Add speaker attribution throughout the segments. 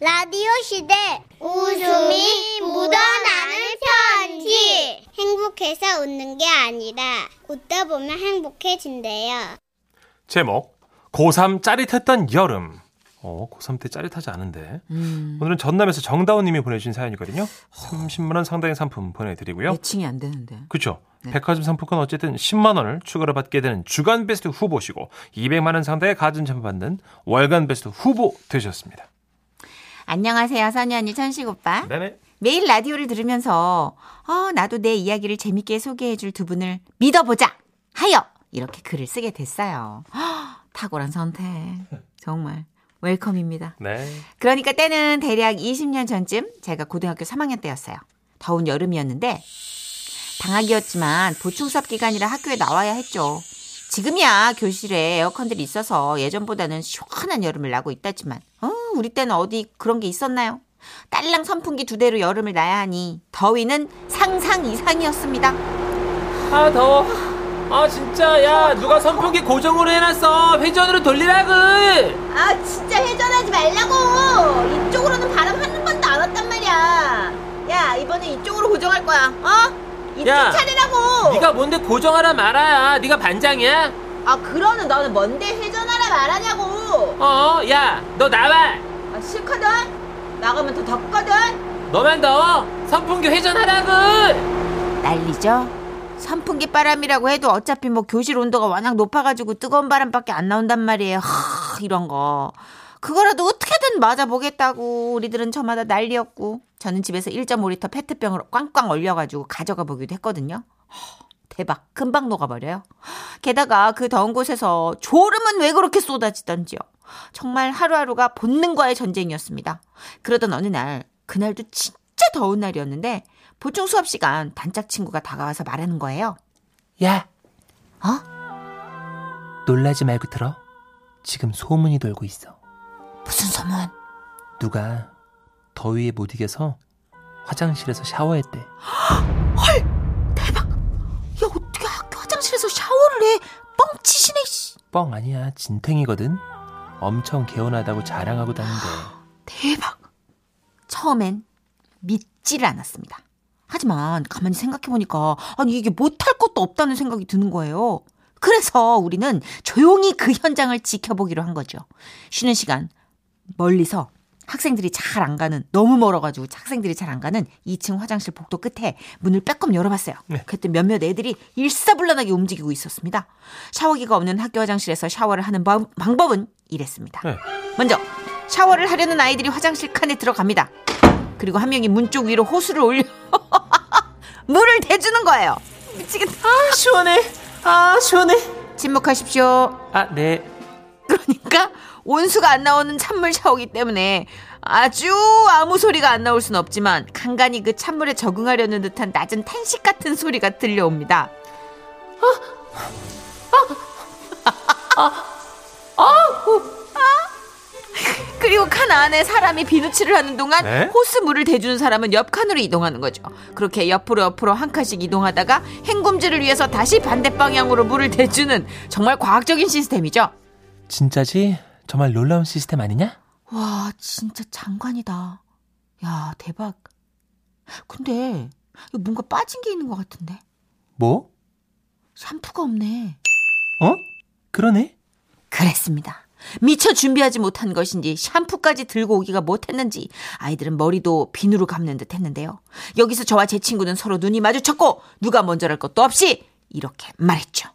Speaker 1: 라디오 시대 웃음이 묻어나는 편지 행복해서 웃는 게 아니라 웃다 보면 행복해진대요.
Speaker 2: 제목 고3 짜릿했던 여름. 어, 고3 때 짜릿하지 않은데. 오늘은 전남에서 정다운 님이 보내주신 사연이거든요. 30만 원 상당의 상품 보내드리고요.
Speaker 3: 매칭이 안 되는데.
Speaker 2: 그렇죠. 백화점 상품권 어쨌든 10만 원을 추가로 받게 되는 주간 베스트 후보시고 200만 원 상당의 가전제품 받는 월간 베스트 후보 되셨습니다.
Speaker 3: 안녕하세요, 선희 언니, 천식 오빠.
Speaker 2: 네네.
Speaker 3: 매일 라디오를 들으면서 어, 나도 내 이야기를 재밌게 소개해줄 두 분을 믿어보자 하여 이렇게 글을 쓰게 됐어요. 헉, 탁월한 선택. 정말 웰컴입니다.
Speaker 2: 네.
Speaker 3: 그러니까 때는 대략 20년 전쯤 제가 고등학교 3학년 때였어요. 더운 여름이었는데 방학이었지만 보충 수업 기간이라 학교에 나와야 했죠. 지금이야 교실에 에어컨들이 있어서 예전보다는 시원한 여름을 나고 있다지만 어, 우리 때는 어디 그런 게 있었나요? 딸랑 선풍기 두 대로 여름을 나야 하니 더위는 상상 이상이었습니다.
Speaker 4: 아 더워 아 진짜 야 누가 선풍기 고정으로 해놨어 회전으로 돌리라고
Speaker 5: 아 진짜 회전하지 말라고 이쪽으로는 바람 한 번도 안 왔단 말이야 야 이번에 이쪽으로 고정할 거야 어? 이쪽
Speaker 4: 야,
Speaker 5: 차례라고
Speaker 4: 네가 뭔데 고정하라 말아야 네가 반장이야
Speaker 5: 아 그러는 너는 뭔데 회전하라 말하냐고
Speaker 4: 어야 너 나와
Speaker 5: 아 싫거든 나가면 더 덥거든
Speaker 4: 너만 더워 선풍기 회전하라고
Speaker 3: 난리죠. 선풍기 바람이라고 해도 어차피 뭐 교실 온도가 워낙 높아가지고 뜨거운 바람밖에 안 나온단 말이에요. 하, 이런 거. 그거라도 어떻게든 맞아보겠다고 우리들은 저마다 난리였고 저는 집에서 1.5리터 페트병을 꽝꽝 얼려가지고 가져가 보기도 했거든요. 허, 대박 금방 녹아버려요. 게다가 그 더운 곳에서 졸음은 왜 그렇게 쏟아지던지요. 정말 하루하루가 본능과의 전쟁이었습니다. 그러던 어느 날 그날도 진짜 더운 날이었는데 보충 수업 시간 단짝 친구가 다가와서 말하는 거예요.
Speaker 4: 야
Speaker 3: 어?
Speaker 4: 놀라지 말고 들어 지금 소문이 돌고 있어
Speaker 3: 무슨 소문?
Speaker 4: 누가 더위에 못 이겨서 화장실에서 샤워했대
Speaker 3: 야 어떻게 학교 화장실에서 샤워를 해? 뻥치시네. 씨.
Speaker 4: 뻥 아니야 진탱이거든 엄청 개운하다고 자랑하고 다는데
Speaker 3: 대박. 처음엔 믿질 않았습니다. 하지만 가만히 생각해보니까 아니 이게 못할 것도 없다는 생각이 드는 거예요. 그래서 우리는 조용히 그 현장을 지켜보기로 한 거죠. 쉬는 시간 멀리서 학생들이 잘 안 가는 너무 멀어가지고 학생들이 잘 안 가는 2층 화장실 복도 끝에 문을 빼꼼 열어봤어요. 그랬더니 몇몇 애들이 일사불란하게 움직이고 있었습니다. 샤워기가 없는 학교 화장실에서 샤워를 하는 방, 방법은 이랬습니다.
Speaker 2: 네.
Speaker 3: 먼저 샤워를 하려는 아이들이 화장실 칸에 들어갑니다. 그리고 한 명이 문 쪽 위로 호수를 올려 물을 대주는 거예요. 미치겠다.
Speaker 4: 아 시원해 아 시원해
Speaker 3: 침묵하십시오.
Speaker 4: 아네
Speaker 3: 그러니까 온수가 안 나오는 찬물 샤워기 때문에 아주 아무 소리가 안 나올 순 없지만 간간히 그 찬물에 적응하려는 듯한 낮은 탄식 같은 소리가 들려옵니다. 그리고 칸 안에 사람이 비누칠을 하는 동안
Speaker 2: 네?
Speaker 3: 호스 물을 대주는 사람은 옆 칸으로 이동하는 거죠. 그렇게 옆으로 옆으로 한 칸씩 이동하다가 헹굼질을 위해서 다시 반대 방향으로 물을 대주는 정말 과학적인 시스템이죠.
Speaker 4: 진짜지? 정말 놀라운 시스템 아니냐?
Speaker 3: 와, 진짜 장관이다. 야, 대박. 근데 이거 뭔가 빠진 게 있는 것 같은데?
Speaker 4: 뭐?
Speaker 3: 샴푸가 없네.
Speaker 4: 어? 그러네?
Speaker 3: 그랬습니다. 미처 준비하지 못한 것인지 샴푸까지 들고 오기가 못했는지 아이들은 머리도 비누로 감는 듯 했는데요. 여기서 저와 제 친구는 서로 눈이 마주쳤고 누가 먼저랄 것도 없이 이렇게 말했죠.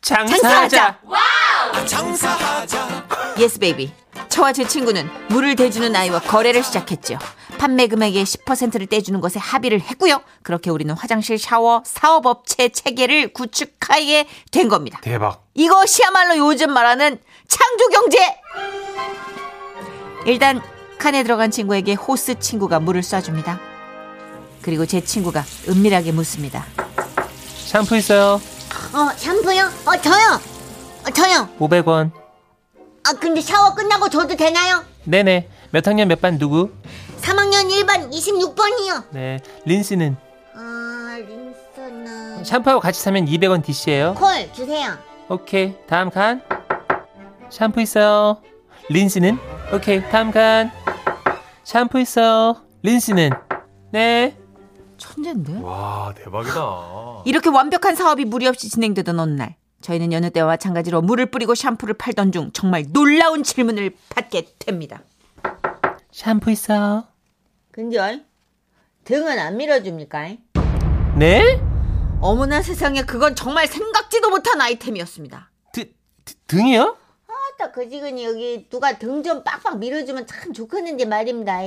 Speaker 3: 장사하자. 아, 예스 베이비. 저와 제 친구는 물을 대주는 아이와 거래를 시작했죠. 판매 금액의 10%를 떼주는 것에 합의를 했고요. 그렇게 우리는 화장실 샤워 사업업체 체계를 구축하게 된 겁니다.
Speaker 2: 대박.
Speaker 3: 이것이야말로 요즘 말하는 창조 경제. 일단 칸에 들어간 친구에게 호스 친구가 물을 쏴줍니다. 그리고 제 친구가 은밀하게 묻습니다.
Speaker 4: 샴푸 있어요.
Speaker 5: 어 샴푸요? 어 저요 어, 저요
Speaker 4: 500원.
Speaker 5: 아 근데 샤워 끝나고 저도 되나요?
Speaker 4: 네네. 몇 학년 몇 반 누구?
Speaker 5: 3학년 1반 26번이요
Speaker 4: 네. 린스는?
Speaker 5: 아 린스는
Speaker 4: 샴푸하고 같이 사면 200원 DC예요.
Speaker 5: 콜 주세요
Speaker 4: 오케이. 다음 칸. 샴푸 있어요. 린스는? 오케이. 다음 칸. 샴푸 있어. 린스는? 네.
Speaker 3: 천재인데?
Speaker 2: 와 대박이다.
Speaker 3: 이렇게 완벽한 사업이 무리 없이 진행되던 어느 날 저희는 여느 때와 마찬가지로 물을 뿌리고 샴푸를 팔던 중 정말 놀라운 질문을 받게 됩니다.
Speaker 4: 샴푸 있어.
Speaker 3: 근데 등은 안 밀어줍니까?
Speaker 4: 네?
Speaker 3: 어머나 세상에 그건 정말 생각지도 못한 아이템이었습니다.
Speaker 4: 드, 드, 등이요?
Speaker 5: 아따 그지근이 여기 누가 등 좀 빡빡 밀어주면 참 좋겠는데 말입니다.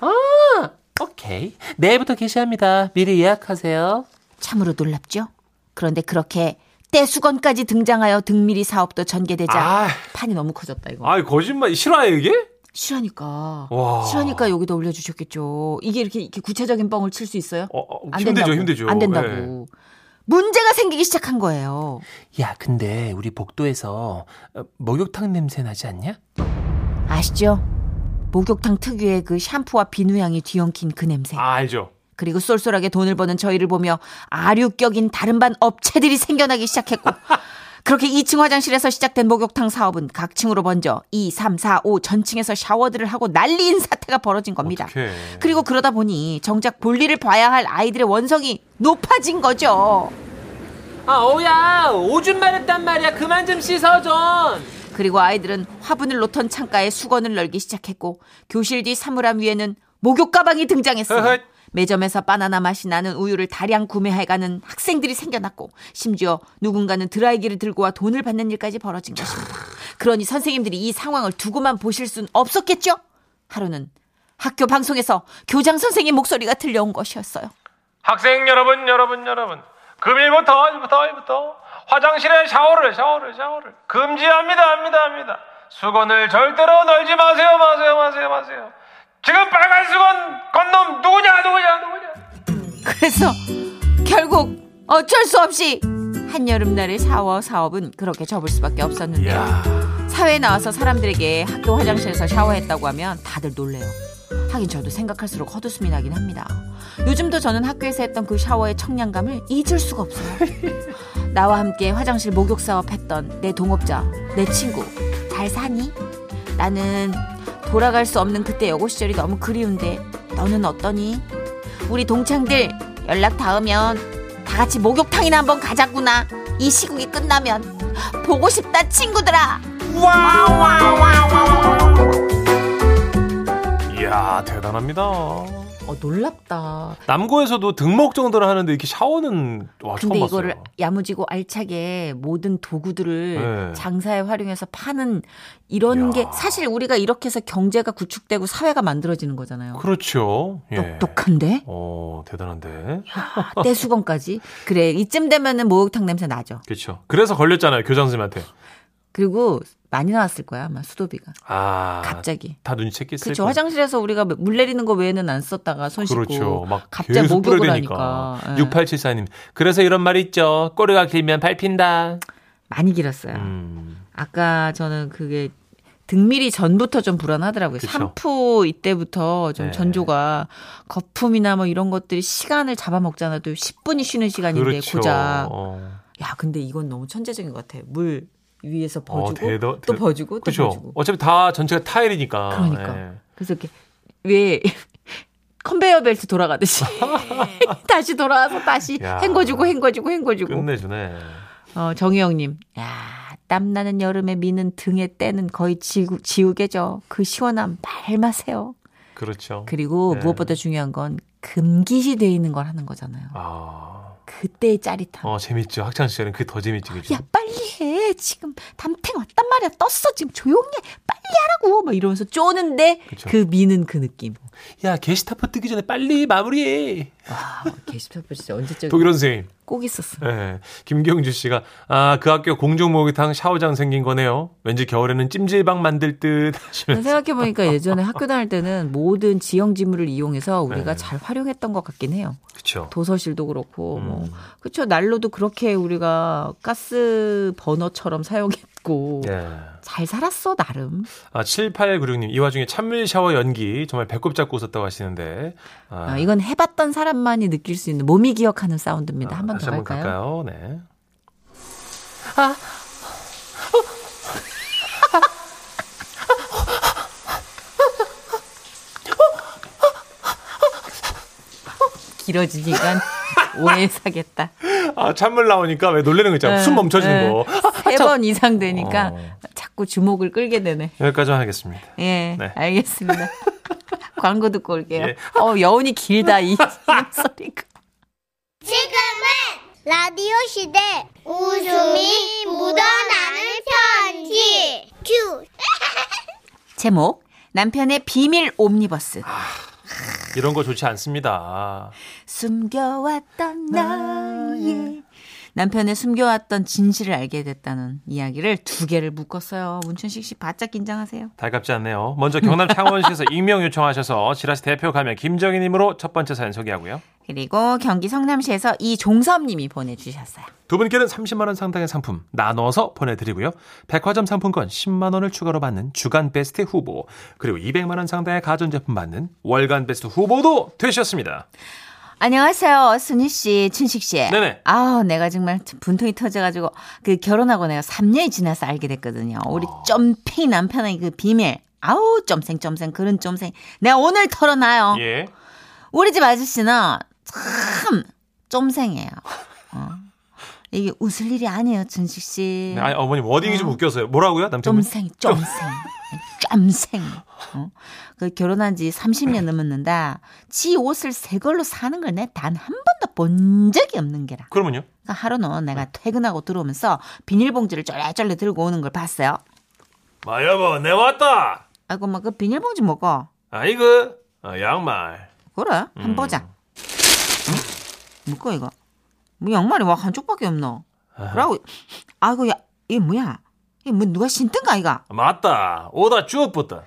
Speaker 4: 아, 오케이. 내일부터 게시합니다. 미리 예약하세요.
Speaker 3: 참으로 놀랍죠? 그런데 그렇게 떼수건까지 등장하여 등밀이 사업도 전개되자
Speaker 2: 아.
Speaker 3: 판이 너무 커졌다 이거.
Speaker 2: 아이 거짓말 실화야 이게?
Speaker 3: 싫으니까.
Speaker 2: 와.
Speaker 3: 싫으니까 여기다 올려주셨겠죠. 이게 이렇게, 이렇게 구체적인 뻥을 칠 수 있어요?
Speaker 2: 어, 어, 힘들죠, 힘들죠.
Speaker 3: 안 된다고.
Speaker 2: 예.
Speaker 3: 문제가 생기기 시작한 거예요.
Speaker 4: 야, 근데 우리 복도에서 어, 목욕탕 냄새 나지 않냐?
Speaker 3: 아시죠? 목욕탕 특유의 그 샴푸와 비누향이 뒤엉킨 그 냄새.
Speaker 2: 아 알죠.
Speaker 3: 그리고 쏠쏠하게 돈을 버는 저희를 보며 아류격인 다른 반 업체들이 생겨나기 시작했고 그렇게 2층 화장실에서 시작된 목욕탕 사업은 각 층으로 번져 2, 3, 4, 5 전층에서 샤워들을 하고 난리인 사태가 벌어진 겁니다.
Speaker 2: 어떡해.
Speaker 3: 그리고 그러다 보니 정작 볼일을 봐야 할 아이들의 원성이 높아진 거죠.
Speaker 4: 아, 오야! 오줌 마렵단 말이야. 그만 좀 씻어 좀!
Speaker 3: 그리고 아이들은 화분을 놓던 창가에 수건을 널기 시작했고 교실 뒤 사물함 위에는 목욕 가방이 등장했어요.
Speaker 2: 어허이.
Speaker 3: 매점에서 바나나 맛이 나는 우유를 다량 구매해가는 학생들이 생겨났고 심지어 누군가는 드라이기를 들고 와 돈을 받는 일까지 벌어진 것입니다. 그러니 선생님들이 이 상황을 두고만 보실 순 없었겠죠? 하루는 학교 방송에서 교장 선생님 목소리가 들려온 것이었어요.
Speaker 2: 학생 여러분, 여러분, 여러분. 금일부터 일부터 일부터 화장실에 샤워를 샤워를 샤워를 금지합니다, 합니다, 합니다. 수건을 절대로 널지 마세요, 마세요, 마세요, 마세요. 지금 빨간 수건 건놈 누구냐, 누구냐, 누구냐.
Speaker 3: 그래서 결국 어쩔 수 없이 한여름날의 샤워 사업은 그렇게 접을 수밖에 없었는데요. 사회에 나와서 사람들에게 학교 화장실에서 샤워했다고 하면 다들 놀래요. 하긴 저도 생각할수록 헛웃음이 나긴 합니다. 요즘도 저는 학교에서 했던 그 샤워의 청량감을 잊을 수가 없어요. 나와 함께 화장실 목욕 사업 했던 내 동업자, 내 친구, 잘 사니? 나는 돌아갈 수 없는 그때 여고 시절이 너무 그리운데 너는 어떠니? 우리 동창들 연락 닿으면 다 같이 목욕탕이나 한번 가자꾸나. 이 시국이 끝나면 보고 싶다 친구들아. 그-
Speaker 2: 이야, 대단합니다.
Speaker 3: 어 놀랍다.
Speaker 2: 남고에서도 등목 정도를 하는데 이렇게 샤워는 와 아,
Speaker 3: 근데
Speaker 2: 처음 봤어요.
Speaker 3: 이거를 야무지고 알차게 모든 도구들을
Speaker 2: 네.
Speaker 3: 장사에 활용해서 파는 이런
Speaker 2: 이야.
Speaker 3: 게 사실 우리가 이렇게 해서 경제가 구축되고 사회가 만들어지는 거잖아요.
Speaker 2: 그렇죠. 예.
Speaker 3: 똑똑한데?
Speaker 2: 어, 대단한데.
Speaker 3: 아, 떼수건까지? 그래 이쯤 되면은 목욕탕 냄새 나죠.
Speaker 2: 그렇죠. 그래서 걸렸잖아요, 교장 선생님한테.
Speaker 3: 그리고 많이 나왔을 거야 아마 수도비가
Speaker 2: 아,
Speaker 3: 갑자기.
Speaker 2: 다 눈치챘겠어요.
Speaker 3: 그렇죠 화장실에서 우리가 물 내리는 거 외에는 안 썼다가 손 씻고
Speaker 2: 그렇죠. 막
Speaker 3: 갑자기
Speaker 2: 계속
Speaker 3: 목욕을
Speaker 2: 뿌려야
Speaker 3: 하니까
Speaker 2: 되니까.
Speaker 3: 예.
Speaker 2: 6874님. 그래서 이런 말 있죠. 꼬리가 길면 밟힌다.
Speaker 3: 많이 길었어요.
Speaker 2: 음.
Speaker 3: 아까 저는 그게 등밀이 전부터 좀 불안하더라고요.
Speaker 2: 그쵸.
Speaker 3: 샴푸 이때부터 좀
Speaker 2: 네.
Speaker 3: 전조가 거품이나 뭐 이런 것들이 시간을 잡아먹잖아요. 또 10분이 쉬는 시간인데
Speaker 2: 그렇죠.
Speaker 3: 고작.
Speaker 2: 어.
Speaker 3: 야, 근데 이건 너무 천재적인 것 같아요. 물 위에서
Speaker 2: 어,
Speaker 3: 버주고
Speaker 2: 대더-
Speaker 3: 또
Speaker 2: 대-
Speaker 3: 버주고 또
Speaker 2: 그렇죠.
Speaker 3: 버주고.
Speaker 2: 어차피 다 전체가 타일이니까.
Speaker 3: 그러니까.
Speaker 2: 예.
Speaker 3: 그래서 이렇게 왜 컨베이어 벨트 돌아가듯이 다시 돌아와서 다시
Speaker 2: 야.
Speaker 3: 헹궈주고 헹궈주고 헹궈주고.
Speaker 2: 끝내주네.
Speaker 3: 어, 정희영님. 야, 땀나는 여름에 미는 등에 때는 거의 지우, 지우개죠. 그 시원함 말 마세요.
Speaker 2: 그렇죠.
Speaker 3: 그리고
Speaker 2: 네.
Speaker 3: 무엇보다 중요한 건 금기시 돼 있는 걸 하는 거잖아요.
Speaker 2: 아,
Speaker 3: 그때의 짜릿함.
Speaker 2: 어 재밌죠. 학창 시절엔 그게 더 재밌죠. 그죠?
Speaker 3: 야, 빨리 해. 지금 담탱 왔단 말이야. 떴어. 지금 조용히 해. 빨리 하라고. 막 이러면서 쪼는데
Speaker 2: 그쵸.
Speaker 3: 그 미는 그 느낌.
Speaker 2: 야 게시타파 뜨기 전에 빨리 마무리해.
Speaker 3: 와, 게시판 진짜 언제적
Speaker 2: 독일원 선생님.
Speaker 3: 꼭 있었어.
Speaker 2: 예. 김경주 씨가 아 그 학교 공중 목욕탕 샤워장 생긴 거네요. 왠지 겨울에는 찜질방 만들 듯 하시면서.
Speaker 3: 생각해보니까 예전에 학교 다닐 때는 모든 지형지물을 이용해서 우리가
Speaker 2: 네.
Speaker 3: 잘 활용했던 것 같긴 해요.
Speaker 2: 그렇죠.
Speaker 3: 도서실도 그렇고 뭐
Speaker 2: 음.
Speaker 3: 그렇죠 난로도 그렇게 우리가 가스 버너처럼 사용했고
Speaker 2: 예.
Speaker 3: 잘 살았어 나름
Speaker 2: 아, 7896님, 이 와중에 찬물 샤워 연기 정말 배꼽 잡고 웃었다고 하시는데. 아,
Speaker 3: 아, 이건 해봤던 사람만이 느낄 수 있는 몸이 기억하는 사운드입니다
Speaker 2: 아,
Speaker 3: 한 번 더
Speaker 2: 다시 한번
Speaker 3: 갈까요?
Speaker 2: 갈까요? 네.
Speaker 3: 길어지니까 오해 사겠다.
Speaker 2: 아, 찬물 나오니까 왜 놀래는 거
Speaker 3: 네.
Speaker 2: 있잖아. 숨 멈춰지는 거. 아,
Speaker 3: 세 번 이상 되니까
Speaker 2: 어.
Speaker 3: 자꾸 주목을 끌게 되네.
Speaker 2: 여기까지 하겠습니다.
Speaker 3: 예,
Speaker 2: 네.
Speaker 3: 알겠습니다. 광고 듣고 올게요.
Speaker 2: 예.
Speaker 3: 어, 여운이 길다, 이 소리가.
Speaker 5: 지금은 라디오 시대 웃음이 묻어나는 편지 큐
Speaker 3: 제목, 남편의 비밀 옴니버스.
Speaker 2: 이런 거 좋지 않습니다.
Speaker 3: 숨겨왔던 나의 남편의 숨겨왔던 진실을 알게 됐다는 이야기를 두 개를 묶었어요. 문천식 씨 바짝 긴장하세요.
Speaker 2: 달갑지 않네요. 먼저 경남 창원시에서 익명 요청하셔서 지라시 대표 가면 김정희님으로 첫 번째 사연 소개하고요.
Speaker 3: 그리고 경기 성남시에서 이종섭님이 보내주셨어요.
Speaker 2: 두 분께는 30만 원 상당의 상품 나눠서 보내드리고요. 백화점 상품권 10만 원을 추가로 받는 주간 베스트 후보 그리고 200만 원 상당의 가전제품 받는 월간 베스트 후보도 되셨습니다.
Speaker 3: 안녕하세요, 순희 씨, 춘식 씨.
Speaker 2: 네네.
Speaker 3: 아, 내가 정말 참 분통이 터져가지고 그 결혼하고 내가 3년이 지나서 알게 됐거든요. 우리
Speaker 2: 아.
Speaker 3: 점팽이 남편의 그 비밀. 아우, 점생 점생 그런 점생. 내가 오늘 털어놔요.
Speaker 2: 예.
Speaker 3: 우리 집 아저씨는 참 쫌생이에요. 어. 이게 웃을 일이 아니에요, 준식 씨.
Speaker 2: 네, 아니 어머님 워딩이 좀 웃겼어요. 뭐라고요 남편분?
Speaker 3: 쫌생이, 쫌생. 쫌생. 어? 그 결혼한 지 30년 넘었는데 지 옷을 새 걸로 사는 걸 내 단 한 번도 본 적이 없는 게라.
Speaker 2: 그러면요?
Speaker 3: 그러니까 하루는
Speaker 2: 네.
Speaker 3: 내가 퇴근하고 들어오면서 비닐봉지를 쫄래쫄래 들고 오는 걸 봤어요.
Speaker 2: 마 아, 여보 내 왔다.
Speaker 3: 아이고, 막 그 비닐봉지 먹어.
Speaker 2: 아이고 어, 양말.
Speaker 3: 그래, 한번
Speaker 2: 음.
Speaker 3: 보자. 응? 뭐야 이거? 뭐 양말이 와 한쪽밖에 없노? 라고 아이고 그 야, 이게 뭐야? 이게 뭐 누가 신던가 이가?
Speaker 2: 맞다. 오다 주업부터.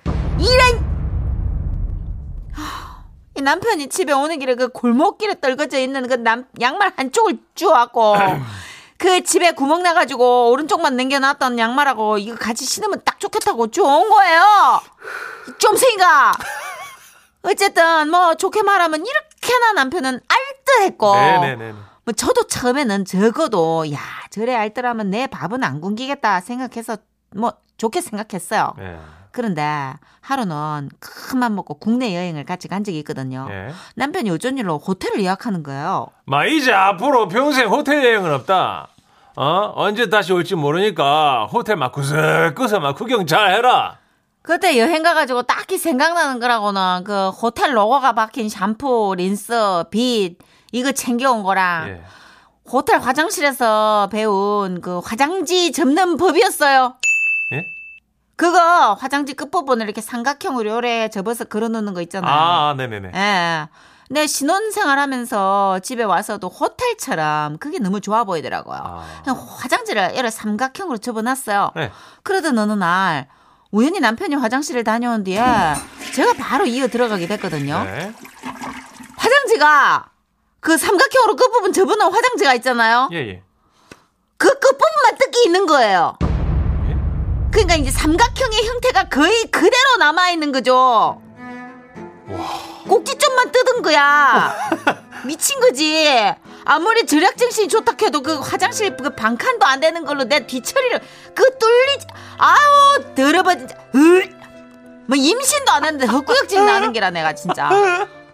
Speaker 3: 이 남편이 집에 오는 길에 그 골목길에 떨궈져 있는 그 남, 양말 한쪽을 주워갖고 그 집에 구멍 나가지고 오른쪽만 남겨놨던 양말하고 이거 같이 신으면 딱 좋겠다고 주워온 거예요. 좀생이가 어쨌든 뭐 좋게 말하면 이렇게나 남편은 알뜰했고
Speaker 2: 네네네.
Speaker 3: 뭐 저도 처음에는 적어도 야 저래 알뜰하면 내 밥은 안 굶기겠다 생각해서 뭐 좋게 생각했어요.
Speaker 2: 네.
Speaker 3: 그런데 하루는 큰맘 먹고 국내 여행을 같이 간 적이 있거든요.
Speaker 2: 예.
Speaker 3: 남편이 어쩐 일로 호텔을 예약하는 거예요.
Speaker 2: 마 이제 앞으로 평생 호텔 여행은 없다. 어 언제 다시 올지 모르니까 호텔 막 구석구석 막 구경 잘 해라.
Speaker 3: 그때 여행 가가지고 딱히 생각나는 거라고는 그 호텔 로고가 박힌 샴푸, 린스, 빗 이거 챙겨온 거랑
Speaker 2: 예.
Speaker 3: 호텔 화장실에서 배운 그 화장지 접는 법이었어요.
Speaker 2: 예?
Speaker 3: 그거 화장지 끝부분을 이렇게 삼각형으로 요래 접어서 걸어놓는 거 있잖아요.
Speaker 2: 아, 아, 네네네.
Speaker 3: 예. 내 신혼생활 하면서 집에 와서도 호텔처럼 그게 너무 좋아 보이더라고요.
Speaker 2: 아.
Speaker 3: 그냥 화장지를 여러 삼각형으로 접어놨어요.
Speaker 2: 네.
Speaker 3: 그러던 어느 날 우연히 남편이 화장실을 다녀온 뒤에 제가 바로 이어 들어가게 됐거든요.
Speaker 2: 네.
Speaker 3: 화장지가 그 삼각형으로 끝부분 접어놓은 화장지가 있잖아요.
Speaker 2: 예, 예.
Speaker 3: 그 끝부분만 뜯기 있는 거예요. 그러니까 이제 삼각형의 형태가 거의 그대로 남아 있는 거죠. 꼭지점만 뜯은 거야. 미친 거지. 아무리 절약 정신이 좋다 해도 그 화장실 그 반칸도 안 되는 걸로 내 뒤처리를 그 뚫리지. 아우 더러워 진짜. 으이. 뭐 임신도 안 했는데 헛구역질 나는 게라 내가 진짜.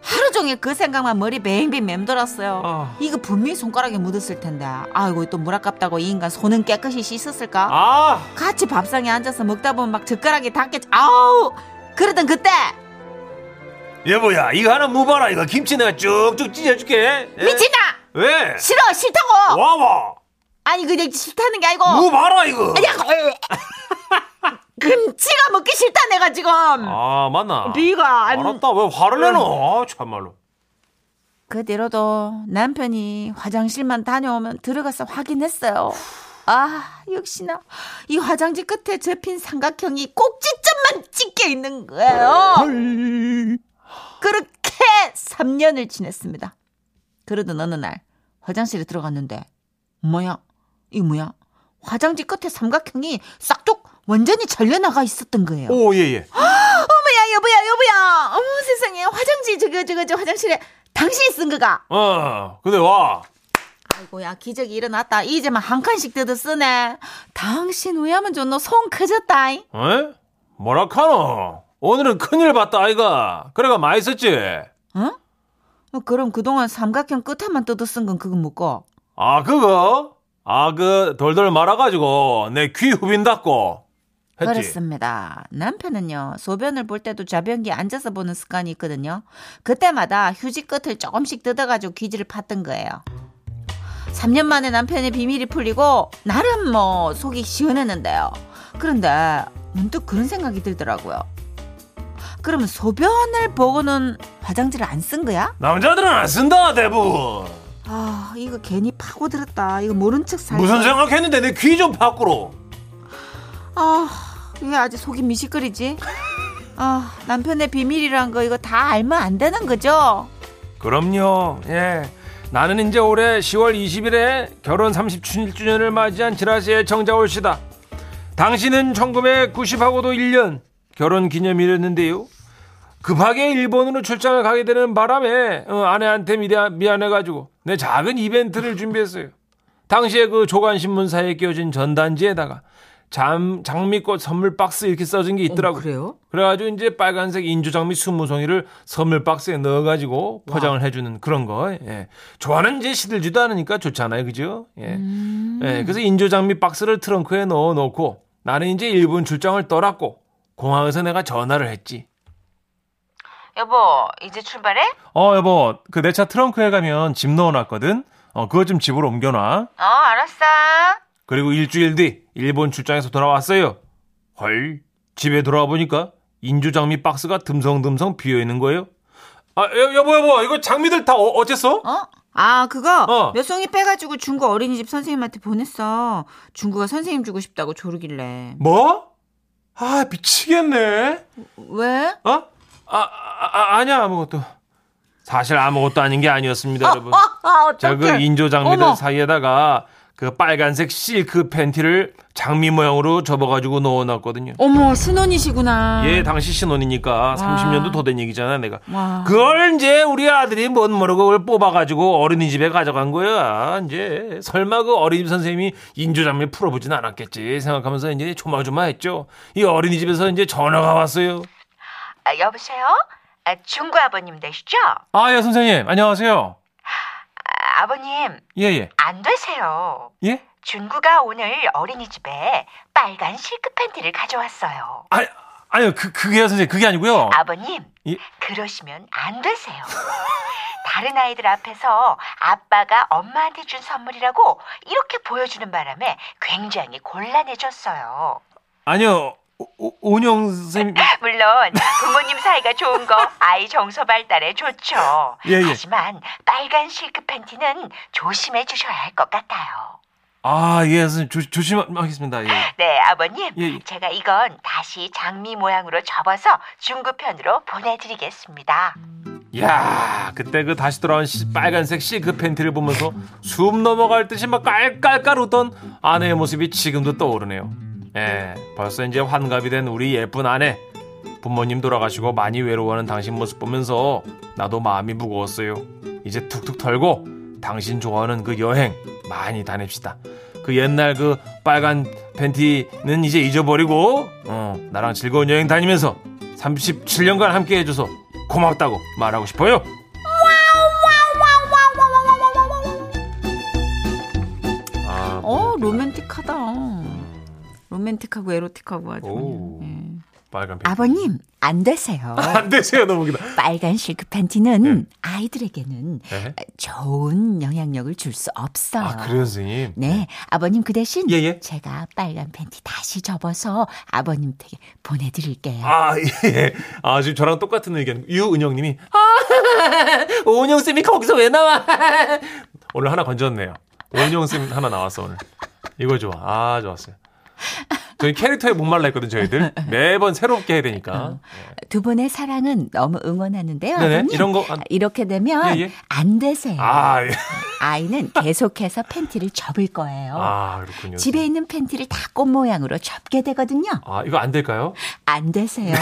Speaker 3: 하루 종일 그 생각만 머리 뱅뱅 맴돌았어요.
Speaker 2: 아.
Speaker 3: 이거 분명히 손가락에 묻었을 텐데. 아이고 또 물 아깝다고 이 인간 손은 깨끗이 씻었을까?
Speaker 2: 아,
Speaker 3: 같이 밥상에 앉아서 먹다 보면 막 젓가락이 닿겠지. 아우! 그러던 그때
Speaker 2: 여보야, 이거 하나 무봐라. 이거 김치 내가 쭉쭉 찢어줄게. 예?
Speaker 3: 미친다!
Speaker 2: 왜?
Speaker 3: 싫어
Speaker 2: 뭐?
Speaker 3: 싫다고!
Speaker 2: 와와.
Speaker 3: 아니 그냥 싫다는 게 어. 아니고
Speaker 2: 무봐라 이거.
Speaker 3: 야, 그, 금치가 먹기 싫다 내가 지금.
Speaker 2: 아, 맞나.
Speaker 3: 네가 안-
Speaker 2: 알았다. 왜 화를 내노? 아, 참말로.
Speaker 3: 그 뒤로도 남편이 화장실만 다녀오면 들어가서 확인했어요. 아, 역시나 이 화장지 끝에 접힌 삼각형이 꼭지점만 찢겨 있는 거예요. 그렇게 3년을 지냈습니다. 그러던 어느 날 화장실에 들어갔는데 뭐야? 이 뭐야? 화장지 끝에 삼각형이 싹둑 완전히 잘려나가 있었던 거예요.
Speaker 2: 오, 예, 예.
Speaker 3: 어머야 여보야 여보야 어머 세상에 화장지 저거 저거 저 화장실에 당신이 쓴 거가
Speaker 2: 어, 근데 와.
Speaker 3: 아이고야 기적이 일어났다 이제 막 한 칸씩 뜯어 쓰네 당신 왜 하면 좋노 손 커졌다 잉
Speaker 2: 에? 뭐라 카노? 오늘은 큰일 봤다, 아이가. 그래가 많이 썼지?
Speaker 3: 응? 어, 그럼 그동안 삼각형 끝에만 뜯어 쓴 건 그건 뭐고?
Speaker 2: 아 그거? 아 그 돌돌 말아가지고 내 귀 후빈다고 했지?
Speaker 3: 그렇습니다. 남편은요, 소변을 볼 때도 좌변기에 앉아서 보는 습관이 있거든요. 그때마다 휴지 끝을 조금씩 뜯어가지고 귀지를 팠던 거예요. 3년 만에 남편의 비밀이 풀리고, 나름 뭐, 속이 시원했는데요. 그런데, 문득 그런 생각이 들더라고요. 그러면 소변을 보고는 화장지를 안 쓴 거야?
Speaker 2: 남자들은 안 쓴다 대부분
Speaker 3: 아, 이거 괜히 파고들었다. 이거 모른 척 살.
Speaker 2: 무슨 생각했는데 내 귀 좀 밖으로
Speaker 3: 아, 왜 아직 속이 미식거리지? 아, 남편의 비밀이란 거 이거 다 알면 안 되는 거죠?
Speaker 2: 그럼요 예 나는 이제 올해 10월 20일에 결혼 37주년을 맞이한 지라시의 정자 올시다 당신은 1990하고도 1년 결혼 기념일이었는데요 급하게 일본으로 출장을 가게 되는 바람에 어, 아내한테 미래- 미안해가지고 내 작은 이벤트를 준비했어요. 당시에 그 조간신문사에 끼워진 전단지에다가 잠, 장미꽃 선물 박스 이렇게 써진 게 있더라고요.
Speaker 3: 그래요?
Speaker 2: 그래가지고 이제 빨간색 인조장미 20송이를 선물 박스에 넣어가지고 포장을 해주는 그런 거. 예. 좋아하는 이제 시들지도 않으니까 좋잖아요. 그죠? 예. 예, 그래서 인조장미 박스를 트렁크에 넣어놓고 나는 이제 일본 출장을 떠났고 공항에서 내가 전화를 했지.
Speaker 6: 여보, 이제 출발해?
Speaker 2: 어 여보 그 내 차 트렁크에 가면 짐 넣어놨거든 어 그거 좀 집으로 옮겨놔
Speaker 6: 어, 알았어.
Speaker 2: 그리고 일주일 뒤 일본 출장에서 돌아왔어요 헐 집에 돌아와 보니까 인조 장미 박스가 듬성듬성 비어있는 거예요 아 여, 여보 여보 이거 장미들 다 어, 어째서
Speaker 3: 어? 아, 그거
Speaker 2: 어.
Speaker 3: 몇 송이 빼가지고 중국 어린이집 선생님한테 보냈어. 중국가 선생님 주고 싶다고 조르길래.
Speaker 2: 뭐? 아 미치겠네
Speaker 3: 왜?
Speaker 2: 어? 아, 아, 아 아니야 아무것도 사실 아무것도 아닌 게 아니었습니다 여러분
Speaker 3: 아,
Speaker 2: 제가 그
Speaker 3: 어떡해.
Speaker 2: 인조 장미들
Speaker 3: 어머.
Speaker 2: 사이에다가 그 빨간색 실크 팬티를 장미 모양으로 접어가지고 넣어놨거든요.
Speaker 3: 어머, 신혼이시구나.
Speaker 2: 예, 당시 신혼이니까 30년도 더 된 얘기잖아, 내가.
Speaker 3: 와.
Speaker 2: 그걸 이제 우리 아들이 뭔 모르고 그걸 뽑아가지고 어린이집에 가져간 거야. 이제 설마 그 어린이집 선생님이 인조장미 풀어보진 않았겠지 생각하면서 이제 조마조마했죠. 이 어린이집에서 이제 전화가 왔어요.
Speaker 7: 아, 여보세요? 아, 중구 아버님 되시죠?
Speaker 2: 아, 예, 선생님. 안녕하세요.
Speaker 7: 아, 아버님,
Speaker 2: 예, 예.
Speaker 7: 안 되세요.
Speaker 2: 예?
Speaker 7: 준구가 오늘 어린이집에 빨간 실크 팬티를 가져왔어요.
Speaker 2: 아, 아니요, 그, 그게요, 선생님. 그게 아니고요.
Speaker 7: 아버님,
Speaker 2: 예?
Speaker 7: 그러시면 안 되세요. 다른 아이들 앞에서 아빠가 엄마한테 준 선물이라고 이렇게 보여주는 바람에 굉장히 곤란해졌어요.
Speaker 2: 아니요, 오- 오- 오은영 선생님.
Speaker 7: 물론 부모님 사이가 좋은 거 아이 정서 발달에 좋죠.
Speaker 2: 예, 예.
Speaker 7: 하지만 빨간 실크 팬티는 조심해 주셔야 할 것 같아요.
Speaker 2: 아, 예, 선생님. 조, 조심하겠습니다. 예.
Speaker 7: 네, 아버님.
Speaker 2: 예, 예.
Speaker 7: 제가 이건 다시 장미 모양으로 접어서 중구편으로 보내드리겠습니다.
Speaker 2: 야 그때 그 다시 돌아온 시- 빨간색 시그 팬티를 보면서 숨 넘어갈 듯이 막 깔깔깔 웃던 아내의 모습이 지금도 떠오르네요. 예, 벌써 이제 환갑이 된 우리 예쁜 아내. 부모님 돌아가시고 많이 외로워하는 당신 모습 보면서 나도 마음이 무거웠어요. 이제 툭툭 털고 당신 좋아하는 그 여행 많이 다닙시다. 그 옛날 그 빨간 팬티는 이제 잊어버리고 어, 나랑 즐거운 여행 다니면서 37년간 함께 해줘서 고맙다고 말하고 싶어요. 아,
Speaker 3: 어, 로맨틱하다. 로맨틱하고 에로틱하고 아주.
Speaker 2: 오.
Speaker 3: 그냥, 예.
Speaker 2: 빨간 팬티.
Speaker 7: 아버님, 안 되세요.
Speaker 2: 안 되세요, 너무 기다.
Speaker 7: 빨간 실크 팬티는
Speaker 2: 네.
Speaker 7: 아이들에게는
Speaker 2: 네?
Speaker 7: 좋은 영향력을 줄 수 없어요.
Speaker 2: 아, 그래요, 선생님.
Speaker 7: 네, 아버님 그 대신
Speaker 2: 예, 예.
Speaker 7: 제가 빨간 팬티 다시 접어서 아버님 댁에 보내드릴게요.
Speaker 2: 아, 예. 아, 지금 저랑 똑같은 의견. 유은영 님이, 아, 오은영 쌤이 거기서 왜 나와? 오늘 하나 건졌네요. 오은영 쌤 하나 나왔어, 오늘. 이거 좋아. 아, 좋았어요. 저희 캐릭터에 목말라 했거든, 저희들. 매번 새롭게 해야 되니까.
Speaker 7: 두 분의 사랑은 너무 응원하는데요.
Speaker 2: 네네.
Speaker 7: 어. 아버님.
Speaker 2: 이런 거 안-
Speaker 7: 이렇게 되면
Speaker 2: 예, 예.
Speaker 7: 안 되세요. 아.
Speaker 2: 아, 예.
Speaker 7: 이는 계속해서 팬티를 접을 거예요.
Speaker 2: 아, 그렇군요.
Speaker 7: 어? 집에 있는 팬티를 다 꽃 모양으로 접게 되거든요.
Speaker 2: 아, 이거 안 될까요?
Speaker 7: 안 되세요.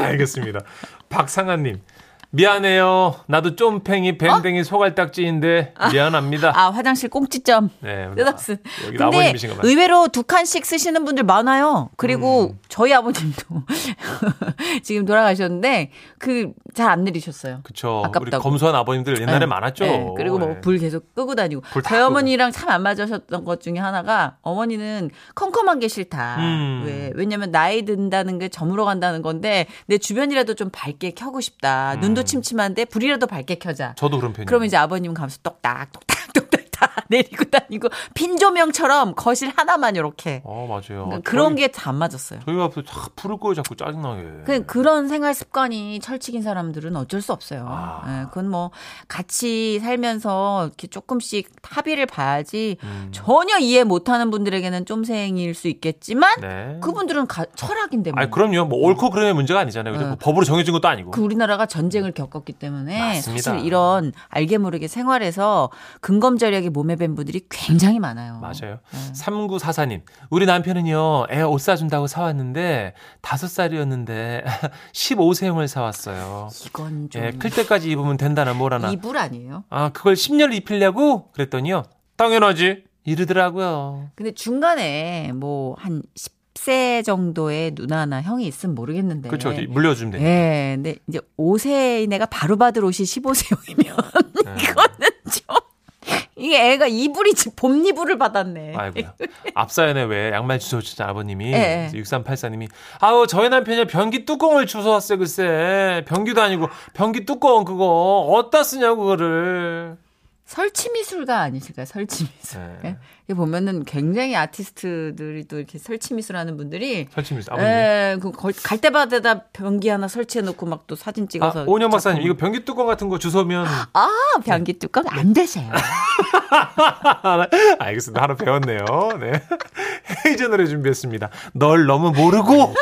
Speaker 2: 알겠습니다. 박상아님. 미안해요. 나도 쫌팽이 밴댕이 소갈딱지인데 미안합니다.
Speaker 7: 어? 아 화장실 꽁지점
Speaker 2: 네,
Speaker 7: 뜯었음.
Speaker 2: 여기
Speaker 7: 근데
Speaker 2: 아버님이신가 봐요. 음.
Speaker 7: 의외로 두 칸씩 쓰시는 분들 많아요. 그리고 저희 아버님도 지금 돌아가셨는데 그 잘 안 내리셨어요.
Speaker 2: 그쵸. 우리
Speaker 7: 아깝다고.
Speaker 2: 검소한 아버님들 옛날에
Speaker 7: 네.
Speaker 2: 많았죠.
Speaker 7: 네, 그리고 뭐
Speaker 2: 네.
Speaker 7: 불 계속 끄고 다니고
Speaker 2: 불다
Speaker 7: 저희
Speaker 2: 끄고.
Speaker 7: 어머니랑 참 안 맞으셨던 것 중에 하나가 어머니는 컴컴한 게 싫다.
Speaker 2: 음.
Speaker 7: 왜? 왜냐면 나이 든다는 게 저물어 간다는 건데 내 주변이라도 좀 밝게 켜고 싶다.
Speaker 2: 음.
Speaker 7: 눈도 침침한데 불이라도 밝게 켜자.
Speaker 2: 저도 그런 편이에요.
Speaker 7: 그러면 이제 아버님 가면서 똑딱 똑딱 똑딱 다 내리고 다니고 핀 조명처럼 거실 하나만 이렇게
Speaker 2: 아, 맞아요.
Speaker 7: 그러니까 그런
Speaker 2: 저희-
Speaker 7: 게 다 안 맞았어요.
Speaker 2: 저희 앞에 다 불을 끄고 자꾸 짜증나게.
Speaker 7: 그 그런 생활 습관이 철칙인 사람들은 어쩔 수 없어요.
Speaker 2: 아.
Speaker 7: 예, 그건 뭐 같이 살면서 이렇게 조금씩 합의를 봐야지
Speaker 2: 음.
Speaker 7: 전혀 이해 못하는 분들에게는 쫌생일 수 있겠지만
Speaker 2: 네.
Speaker 7: 그분들은 가- 철학인데 뭐.
Speaker 2: 아니, 그럼요. 뭐, 옳고 그름의 문제가 아니잖아요. 그죠?
Speaker 7: 네.
Speaker 2: 뭐 법으로 정해진 것도 아니고.
Speaker 7: 그 우리나라가 전쟁을 겪었기 때문에
Speaker 2: 맞습니다.
Speaker 7: 사실 이런 알게 모르게 생활에서 근검절약이 몸에 뵌 분들이 굉장히 많아요.
Speaker 2: 맞아요.
Speaker 7: 음.
Speaker 2: 3944님. 우리 남편은요, 애 옷 사준다고 사왔는데, 다섯 살이었는데, 15세형을 사왔어요.
Speaker 7: 이건 좀
Speaker 2: 예, 클 때까지 입으면 된다나 뭐라나.
Speaker 7: 이불 아니에요?
Speaker 2: 아, 그걸 10년 입히려고? 그랬더니요, 당연하지. 이러더라고요.
Speaker 7: 근데 중간에 뭐 한 10세 정도의 누나나 형이 있으면 모르겠는데.
Speaker 2: 그렇죠. 네. 물려주면 되니까.
Speaker 7: 예, 근데 이제 5세인 애가 바로 받을 옷이 15세이면
Speaker 2: 네.
Speaker 7: 이거는 좀 이게 애가 이불이지 봄 이불을 받았네.
Speaker 2: 아이고요. 앞사연에 왜 양말 주워주신 아버님이
Speaker 7: 예, 예.
Speaker 2: 6384님이 아우 저희 남편이 변기 뚜껑을 주워왔어요 글쎄 변기도 아니고 변기 뚜껑 그거 어디다 쓰냐고 그거를
Speaker 7: 설치 미술가 아니실까요? 설치 미술.
Speaker 2: 예.
Speaker 7: 예. 이게 보면은 굉장히 아티스트들이 또 이렇게 설치 미술하는 분들이
Speaker 2: 설치미스 아버님
Speaker 7: 예, 그갈 때마다 변기 하나 설치해 놓고 막 또 사진
Speaker 2: 아,
Speaker 7: 찍어서
Speaker 2: 오년 박사님 이거 변기 뚜껑 같은 거 주워면
Speaker 7: 아, 변기 뚜껑 안 되세요.
Speaker 2: 알겠습니다 하나 배웠네요 네 헤이즈 노래 준비했습니다 널 너무 모르고